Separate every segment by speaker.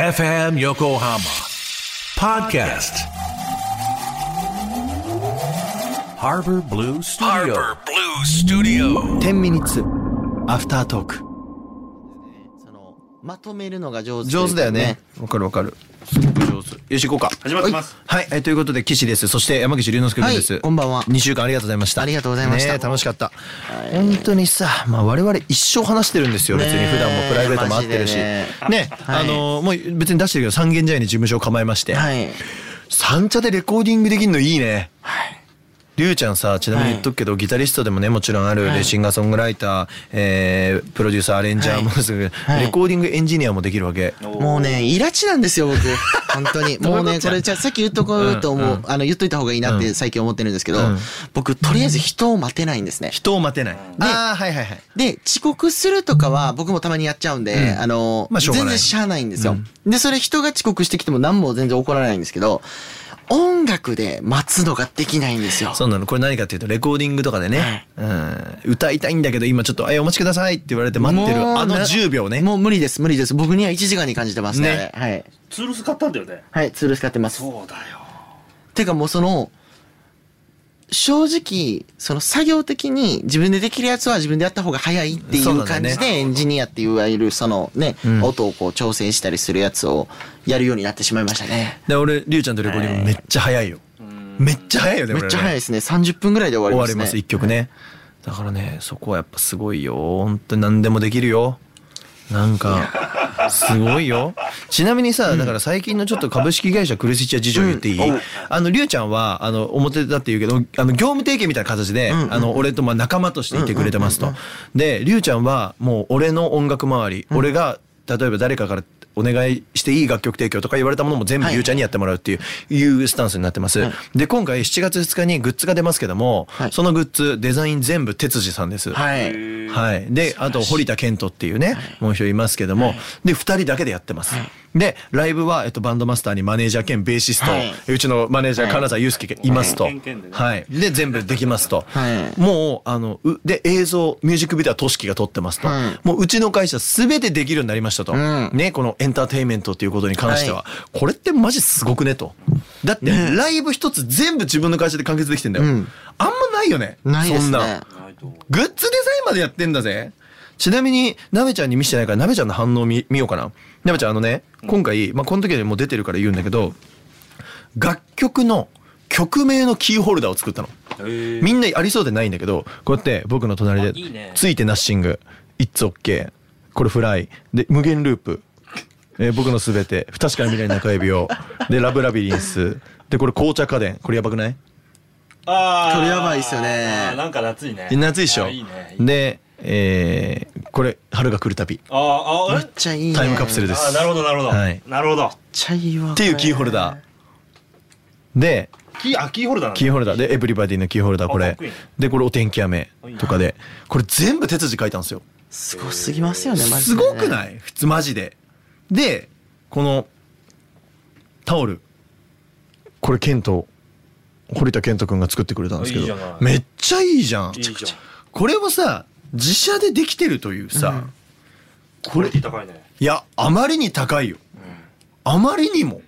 Speaker 1: FM Yokohama Podcast Harbor Blue Studio
Speaker 2: Harbor Blue Studio.
Speaker 3: 10ミニッツアフタートーク
Speaker 4: そのまとめるのが上手とい
Speaker 3: 上
Speaker 4: うか
Speaker 3: 手だよねわかるわかるすごく上手よし行こうか始まってますはい、えーということで岸ですそして山口龍之介君です、
Speaker 4: はいこんばんは
Speaker 3: 2週間ありがとうございました
Speaker 4: ありがとうございました
Speaker 3: ねえ楽しかった、本当にさまあ我々一生話してるんですよ別に
Speaker 4: ねえ
Speaker 3: 普段もプライベートも会ってるし
Speaker 4: マジ
Speaker 3: ね
Speaker 4: では
Speaker 3: あ
Speaker 4: い
Speaker 3: のーもう別に出してるけど三軒茶屋に事務所を構えまして、
Speaker 4: はい
Speaker 3: 三茶でレコーディングできるのいいねりゅうちゃんさちなみに
Speaker 4: はい
Speaker 3: 言っとくけど、ギタリストでもねもちろんある、
Speaker 4: はい
Speaker 3: でシンガーソングライター、えープロデューサーアレンジャー
Speaker 4: はい
Speaker 3: もすぐ、
Speaker 4: はい
Speaker 3: レコーディングエンジニアもできるわけ、
Speaker 4: もうねイラチなんですよ僕本当にもうねこれじゃあさっき言っとこうと思う、あの言っといた方がいいなって最近思ってるんですけど、
Speaker 3: うん
Speaker 4: 僕とりあえず人を待てないんですね
Speaker 3: 人を待てないああはいはいはい
Speaker 4: で遅刻するとかは僕もたまにやっちゃうんで、
Speaker 3: うん
Speaker 4: あの、
Speaker 3: まあしょうがない
Speaker 4: 全然しゃあないんですよ、でそれ人が遅刻してきても何も全然怒らないんですけど音楽で待つのができないんですよ
Speaker 3: そうなのこれ何かっていうとレコーディングとかでね、うん、歌いたいんだけど今ちょっと「えお待ちください」って言われて待ってる
Speaker 4: もう
Speaker 3: あの10秒ね
Speaker 4: もう無理です無理です僕には1時間に感じてます
Speaker 3: ね
Speaker 4: ねはい
Speaker 2: ツールス買ったんだよね。
Speaker 4: はいツール使ってます
Speaker 2: そうだよ。
Speaker 4: てかもうその正直その作業的に自分でできるやつは自分でやった方が早いってい
Speaker 3: そうな
Speaker 4: うん
Speaker 3: だよ
Speaker 4: 感
Speaker 3: ね
Speaker 4: じでエンジニアっていわゆるそのね、
Speaker 3: うん
Speaker 4: 音をこう調整したりするやつをやるようになってしまいましたね
Speaker 3: で俺りゅうちゃんとレコーディングめっちゃ早いよ、めっちゃ早いよね
Speaker 4: めっちゃ早い
Speaker 3: い
Speaker 4: ですね30分ぐらいで終
Speaker 3: 終
Speaker 4: わ
Speaker 3: わ
Speaker 4: り
Speaker 3: り
Speaker 4: ま
Speaker 3: ますす
Speaker 4: ね
Speaker 3: 一曲ね、だからねそこはやっぱすごいよ本当に何でもできるよなんかすごいよちなみにさだから最近のちょっと株式会社クルスチア事情言っていい、あのりゅうちゃんはあの表だって言うけどあの業務提携みたいな形で、
Speaker 4: うんうん
Speaker 3: あの俺とまあ仲間としていてくれてますと、でりゅうちゃんはもう俺の音楽周り、俺が例えば誰かからお願いしていい楽曲提供とか言われたものも全部
Speaker 4: はい
Speaker 3: りゅうちゃんにやってもらうっていう,、い、うスタンスになってます、で今回7月2日にグッズが出ますけども、
Speaker 4: はい
Speaker 3: そのグッズデザイン全部哲司さんです
Speaker 4: はい
Speaker 3: はい、であと堀田健人っていうね、もう一人いますけども、で2人だけでやってます、でライブは、えっと、バンドマスターにマネージャー兼ベーシスト、
Speaker 4: はいう
Speaker 3: ちのマネージャー
Speaker 4: はい
Speaker 3: 金沢祐介がいますと、は
Speaker 2: はいい
Speaker 3: で全部できますと、
Speaker 4: はい
Speaker 3: もうあのうで映像ミュージックビデオはトシキが撮ってますと、
Speaker 4: はい
Speaker 3: もううちの会社全てできるようになりましたと、
Speaker 4: うん
Speaker 3: ね、このエンターテインメントっていうことに関しては、
Speaker 4: は
Speaker 3: これってマジすごくねとだって
Speaker 4: ね
Speaker 3: ライブ一つ全部自分の会社で完結できてんだよ、
Speaker 4: うん
Speaker 3: あんまないよね
Speaker 4: ないで
Speaker 3: そ
Speaker 4: す
Speaker 3: ん
Speaker 4: ね
Speaker 3: な。グッズデザインまでやってんだぜ。ちなみに、なべちゃんに見せてないから、なべちゃんの反応見見ようかな。なべちゃん、あのね、今回、まあ、この時よりもう出てるから言うんだけど、楽曲の曲名のキーホルダーを作ったの。みんなありそうでないんだけど、こうやって僕の隣で、
Speaker 2: あいいね
Speaker 3: ついてナッシング、イッツオッケー、これフライ、で、無限ループ、えー僕のすべて、不確かな未来の中指を、で、ラブラビリンス、で、これ紅茶家電、これやばくない
Speaker 2: あー
Speaker 4: これやばいっすよね
Speaker 2: あーなんか夏いね。
Speaker 3: 夏いっしょ
Speaker 2: あーいいね。いいね
Speaker 3: で、えーこれ、春が来るたび。
Speaker 2: あーあ
Speaker 4: め
Speaker 2: ー、え
Speaker 4: っちゃいいね
Speaker 3: タイムカプセル
Speaker 2: あ
Speaker 3: です
Speaker 2: ーなるほどなるほど。
Speaker 3: はい
Speaker 2: なるほど。
Speaker 4: めっちゃいいわ
Speaker 3: っていうキーホルダーで
Speaker 2: キーあキーホルダーなの。
Speaker 3: キーホルダーでエブリバディのキーホルダーこ
Speaker 2: あか
Speaker 3: れ
Speaker 2: っこいいね
Speaker 3: でこれお天気雨とかでこれ全部手筋書いたんですよ
Speaker 4: すごすぎますよねマジ
Speaker 3: す
Speaker 4: でね
Speaker 3: ごくない普通マジででこのタオルこれ健人堀田健人君が作ってくれたんですけ
Speaker 2: いいじ
Speaker 3: ど
Speaker 2: ゃない
Speaker 3: めっちゃいいじゃん
Speaker 2: いいじゃん。
Speaker 3: これもさ自社でできてるというさ
Speaker 2: これ高いね。
Speaker 3: いやあまりに高いよあまりにも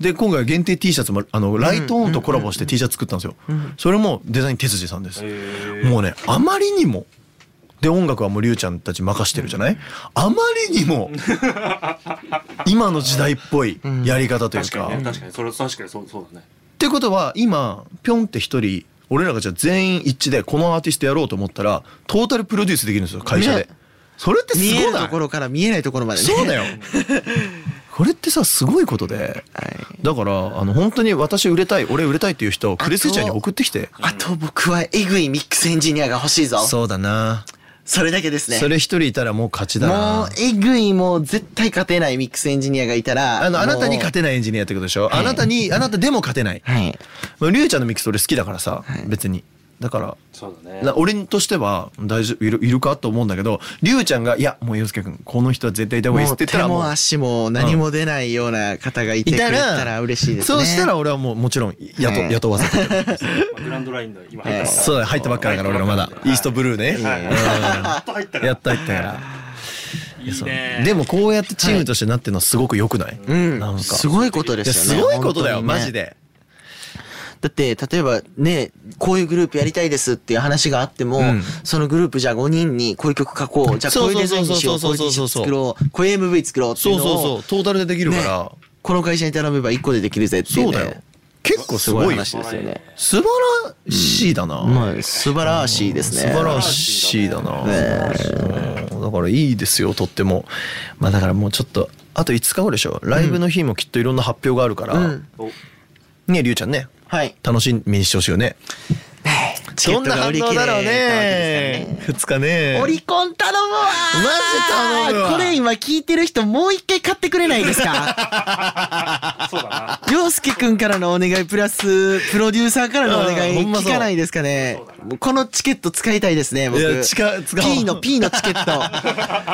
Speaker 3: で今回は限定 T シャツもあのライトオンとコラボして T シャツ作ったんですよそれもデザイン哲司さんです
Speaker 2: へー
Speaker 3: もうねあまりにもで音楽はもうりゅうちゃんたち任してるじゃないあまりにも今の時代っぽいやり方という
Speaker 2: 確
Speaker 3: か
Speaker 2: かにね
Speaker 3: っ
Speaker 2: 確かにそれ確かにそうそうだね。
Speaker 3: てことは今ぴょんって一人俺らがじゃあ全員一致でこのアーティストやろうと思ったらトータルプロデュースできるんですよ会社で
Speaker 4: ね
Speaker 3: それってす
Speaker 4: 見え
Speaker 3: ご
Speaker 4: ると
Speaker 3: ない
Speaker 4: ころから見えないところまでね
Speaker 3: そうだよ これってさすごいことで、だからあの本当に私売れたい俺売れたいっていう人クレスちゃんに送ってきて
Speaker 4: あと僕はえぐいミックスエンジニアが欲しいぞ
Speaker 3: そうだな、
Speaker 4: それだけですね
Speaker 3: それ一人いたらもう勝ちだ
Speaker 4: もう
Speaker 3: な
Speaker 4: えぐいもう絶対勝てないミックスエンジニアがいたら
Speaker 3: あのあなたに勝
Speaker 4: て
Speaker 3: てないエンジニアってことでしょ、あなたにあなたでも勝てない、
Speaker 4: はい
Speaker 3: まあリュウちゃんのミックス俺好きだからさ、別にだから
Speaker 2: そうだね。
Speaker 3: な俺としては大丈夫いるいるかと思うんだけどリュウちゃんが「いやもう洋介君この人は絶対いた方がいい」っ
Speaker 4: も
Speaker 3: す
Speaker 4: う
Speaker 3: って言った
Speaker 4: 手
Speaker 3: らもう
Speaker 4: も足も何も出ないような方がいてくれたら嬉しいですね
Speaker 3: そうしたら俺はもうもちろん雇,、
Speaker 4: はい
Speaker 3: 雇わせてくれる
Speaker 2: まあグランドラインで今入ったから。
Speaker 3: そうだね入ったばっかだから俺らまだイーストブルーね
Speaker 2: はい
Speaker 3: うん
Speaker 2: やっと入ったから。
Speaker 3: やった入ったから
Speaker 2: いいね
Speaker 3: でもこうやってチームとしてなってるのはすごく良くない、
Speaker 4: うん
Speaker 3: なんか
Speaker 4: すごいことで
Speaker 3: いや
Speaker 4: す
Speaker 3: す
Speaker 4: よね
Speaker 3: ごいことだよ、
Speaker 4: 本当にね
Speaker 3: マジで
Speaker 4: だって例えばねこういうグループやりたいですっていう話があっても、
Speaker 3: うん
Speaker 4: そのグループじゃあ5人にこういう曲書こうじゃあこういうデザインにしようこ
Speaker 3: そうう
Speaker 4: いう
Speaker 3: そう
Speaker 4: T シ
Speaker 3: そ
Speaker 4: ャ
Speaker 3: う
Speaker 4: ツ
Speaker 3: そうそう
Speaker 4: 作ろうこういう MV 作ろうってい
Speaker 3: そうう
Speaker 4: のを
Speaker 3: そうそうトータルでできるから、
Speaker 4: ねこの会社に頼めば1個でできるぜってい
Speaker 3: そう
Speaker 4: う、ね、
Speaker 3: だよ結構す
Speaker 4: すご
Speaker 3: ご
Speaker 4: い
Speaker 3: いよ
Speaker 4: 話
Speaker 3: 素
Speaker 4: ですよね。
Speaker 3: 晴らしいだな、
Speaker 4: まあ素晴らしいですね。
Speaker 3: 素晴らしいだな、うんだからいいですよとってもまあだからもうちょっとあと5日後でしょライブの日もきっといろんな発表があるから、
Speaker 4: うん
Speaker 2: お
Speaker 3: ねりゅうちゃんね
Speaker 4: はい。
Speaker 3: 楽しみにしてほしいよね
Speaker 4: チケットが売り切れたわけですからね。
Speaker 3: 2日ね
Speaker 4: オリコン頼むわー
Speaker 3: マジ頼むわ
Speaker 4: これ今聞いてる人もう一回買ってくれないです か
Speaker 2: そうだな
Speaker 4: 洋介くんからのお願いプラス、プロデューサーからのお願
Speaker 3: うん
Speaker 4: い
Speaker 3: ほんまそう
Speaker 4: 聞かないですかねもうこのチケット使いたいですね、僕。
Speaker 3: いや近使おう
Speaker 4: P の P のチケ ッ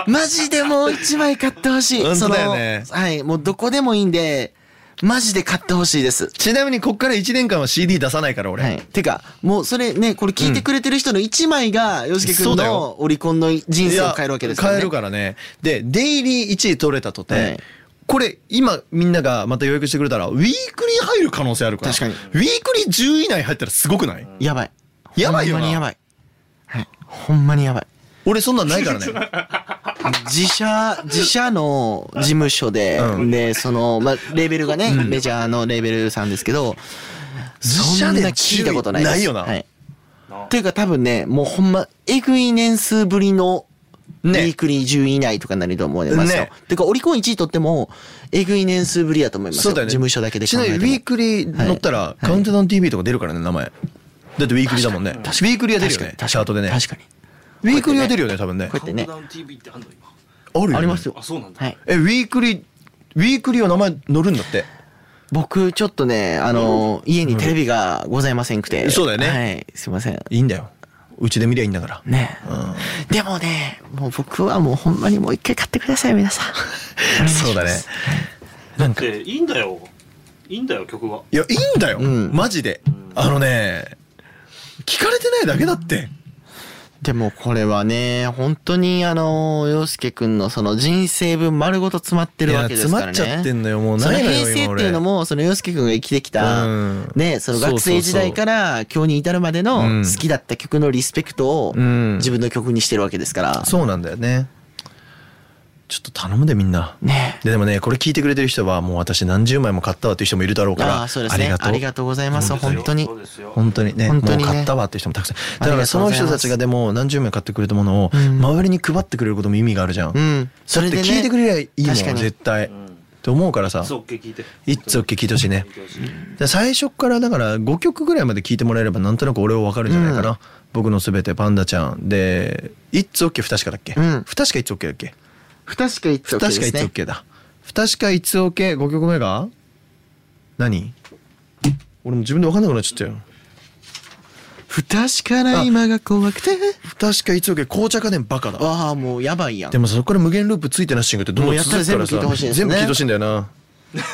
Speaker 4: ト。マジでもう一枚買ってほしい。
Speaker 3: 本当だよね
Speaker 4: そのはい、もうどこでもいいんで、マジで買ってほしいです。
Speaker 3: ちなみにこっから1年間は CD 出さないから俺、
Speaker 4: はい。てか、もうそれね、これ聞いてくれてる人の1枚が、よしきく
Speaker 3: そうんだよ
Speaker 4: のオリコンの人
Speaker 3: い
Speaker 4: 生を
Speaker 3: や
Speaker 4: 変えるわけですよね。
Speaker 3: 変えるからねでデイリー1位取れたとて、
Speaker 4: はい
Speaker 3: これ今みんながまた予約してくれたらウィークリー入る可能性あるから
Speaker 4: 確かに
Speaker 3: ウィークリー10位以内入ったらすごくない
Speaker 4: やばい。
Speaker 3: やばいよな
Speaker 4: ほんまにやばい。はい。ほんまにやばい。
Speaker 3: 俺そんなんないから ね
Speaker 4: 自社、自社の事務所で、
Speaker 3: うん
Speaker 4: で、その、まあ、レーベルがね、メジャーのレーベルさんですけど、
Speaker 3: 自社で
Speaker 4: そんな聞いたことないです。
Speaker 3: ないよな
Speaker 4: はい。
Speaker 2: な
Speaker 4: というか多分ね、もうほんま、えぐい年数ぶりの、ウ
Speaker 3: ね
Speaker 4: ィークリー10位以内とかになると思いますよ。
Speaker 3: ね
Speaker 4: てか、オリコン1位取っても、えぐい年数ぶりやと思いますよ。
Speaker 3: そうだよね
Speaker 4: 事務所だけで
Speaker 3: ち
Speaker 4: 考
Speaker 3: な
Speaker 4: え
Speaker 3: みに
Speaker 4: て
Speaker 3: ウ
Speaker 4: も。
Speaker 3: ィークリー乗ったら、カウントダウン TV とか出るからね名前だってウィークリーだもんねウィークリーは出るよね
Speaker 4: 確か
Speaker 3: チ
Speaker 4: に
Speaker 3: ャートでね
Speaker 4: 確かに。
Speaker 3: ウィークリーは出るよね多分ね
Speaker 4: こうやってね
Speaker 2: カウントダウン TV ってあんの今
Speaker 3: あるよね
Speaker 4: ありますよ
Speaker 2: あそうなんだ
Speaker 4: はい。
Speaker 3: えウィークリーウィークリーは名前乗るんだって
Speaker 4: 僕、ちょっとね、あの、家にテレビがございませんくて。
Speaker 3: そうだよね
Speaker 4: はい。すいません。
Speaker 3: いいんだようちで見りゃいいんだから
Speaker 4: ね。でもね、もう僕はもうほんまにもう一回買ってください、皆さん。お願いします
Speaker 3: そうだね
Speaker 2: だっていいんだよいいんだよ曲はい
Speaker 3: やいいんだよ、
Speaker 4: うん
Speaker 3: マジであのね聞かれてないだけだって
Speaker 4: でもこれはね、本当にあの、洋介くんのその人生分丸ごと詰まってるわけですからね。
Speaker 3: いや詰まっちゃってんのよもう
Speaker 4: その
Speaker 3: ないの
Speaker 4: 平
Speaker 3: よ
Speaker 4: 成
Speaker 3: 今
Speaker 4: っ
Speaker 3: 俺
Speaker 4: ていうのも、その洋介くんが生きてきた、
Speaker 3: うん
Speaker 4: ね、その学生時代から今日に至るまでの
Speaker 3: うん
Speaker 4: 好きだった曲のリスペクトを
Speaker 3: うん
Speaker 4: 自分の曲にしてるわけですから。
Speaker 3: そうなんだよねちょっと頼むでみんな
Speaker 4: ね。
Speaker 3: ででもねこれ聞いてくれてる人はもう私何十枚も買ったわっていう人もいるだろうから
Speaker 4: ああ、そうですね。ありがとうございます、本当に
Speaker 2: そう。ですよ
Speaker 3: 本当にね
Speaker 4: 本当にね
Speaker 3: もう買ったわっていう人もたくさんだからそ
Speaker 4: あ
Speaker 3: の
Speaker 4: りがとうござ
Speaker 3: 人
Speaker 4: います
Speaker 3: たちがでも何十枚買ってくれたものを
Speaker 4: うん
Speaker 3: 周りに配ってくれることも意味があるじゃん、
Speaker 4: うん。それでね。
Speaker 3: 聞いてくれりゃいいもん
Speaker 4: 確かに
Speaker 3: 絶対、
Speaker 2: う
Speaker 3: っ
Speaker 2: ん
Speaker 3: て思うからさ
Speaker 2: It's OK 聞いて
Speaker 3: It's OK 聞いてほしいねで最初っからだから5曲ぐらいまで聞いてもらえればなんとなく俺は分かるんじゃないかな、僕のすべてパンダちゃんで「It's OK」不確かだっけ、
Speaker 4: うん
Speaker 3: 不確か It's OK だっけ
Speaker 4: 不確か It's
Speaker 3: 不
Speaker 4: OK で
Speaker 3: 確
Speaker 4: す
Speaker 3: か
Speaker 4: ね。
Speaker 3: It's OK だ不確か It's OK5 曲目が何俺も自分で分かんなくなっちゃったよ
Speaker 4: 不確かな今が怖くて。
Speaker 3: 不確か It's OK 紅茶家電バカだ
Speaker 4: ああ、もうやばいやん
Speaker 3: で。もさそこから無限ループついてなッシングってどんどん
Speaker 4: もうやったら
Speaker 3: 続く
Speaker 4: 全部聞いてほしいですね
Speaker 3: 全部聞いてほしいんだよな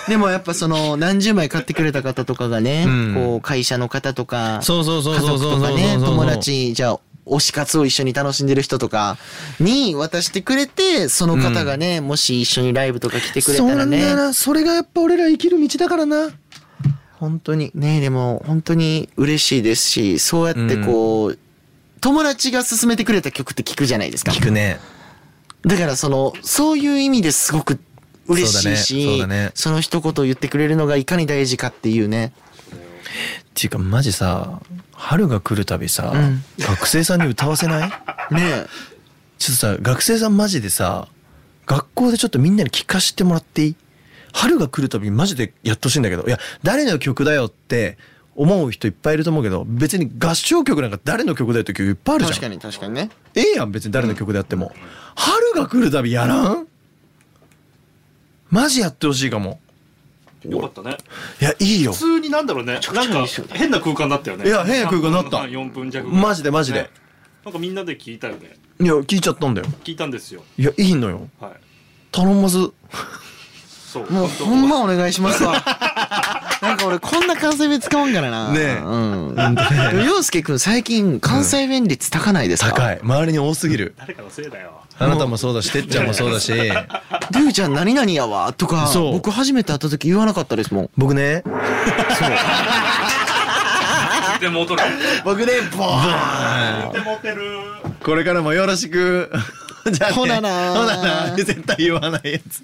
Speaker 4: でもやっぱその何十枚買ってくれた方とかがね、
Speaker 3: うん
Speaker 4: こう会社の方とか、
Speaker 3: そうそうそうそうそうそうそう
Speaker 4: 家族とかね、友達、じゃあ、推し活を一緒に楽しんでる人とかに渡してくれて、その方がね、もし一緒にライブとか来てくれ
Speaker 3: そう
Speaker 4: た
Speaker 3: な
Speaker 4: ら
Speaker 3: んだよ
Speaker 4: ね。
Speaker 3: なそれがやっぱ俺ら生きる道だからな本当に
Speaker 4: ねでも本当に嬉しいですし、そうやってこう、友達が勧めてくれた曲って聞くじゃないですか。
Speaker 3: 聞くね
Speaker 4: だからその、そういう意味ですごく嬉しいし、
Speaker 3: そうだねそうだね
Speaker 4: その一言を言ってくれるのがいかに大事かっていうね。
Speaker 3: っていうかマジさ春が来るたびさ、
Speaker 4: うん
Speaker 3: 学生さんに歌わせない
Speaker 4: ね
Speaker 3: ちょっとさ学生さんマジでさ学校でちょっとみんなに聞かせてもらっていい春が来るたびマジでやってほしいんだけどいや誰の曲だよって思う人いっぱいいると思うけど別に合唱曲なんか誰の曲だよって曲いっぱいあるじゃん
Speaker 4: 確かに確かにね。
Speaker 3: ええやん別に誰の曲であっても、春が来るたびやらんマジやってほしいかも
Speaker 2: よかったね
Speaker 3: いやいいよ
Speaker 2: 普通になんだろうねなんか変な空間だったよね
Speaker 3: いや変な空間だった
Speaker 2: 4分弱ぐらい
Speaker 3: マジでマジで、
Speaker 2: ねなんかみんなで聞いたよね
Speaker 3: いや聞いちゃったんだよ
Speaker 2: 聞いたんですよ
Speaker 3: いやいいのよ
Speaker 2: はい
Speaker 3: 頼んます
Speaker 2: そ う
Speaker 4: もうほんまお願いしますわ。なんか俺こんな関西弁使うんからな。
Speaker 3: ねえ
Speaker 4: うん。でも洋介くん最近関西弁率高ないですか、
Speaker 3: 高い。周りに多すぎる。
Speaker 2: 誰かのせいだよ。
Speaker 3: あなたもそうだし、てっちゃんもそうだ し。
Speaker 4: りゅうちゃん何々やわとか、
Speaker 3: そう
Speaker 4: 僕初めて会った時言わなかったですもん。
Speaker 3: 僕ね、
Speaker 2: でも劣る。
Speaker 4: 僕ね、ボーン
Speaker 2: でも劣る。
Speaker 3: これからもよろしく。じゃあね
Speaker 4: ほなな
Speaker 3: ほなな絶対言わないやつ。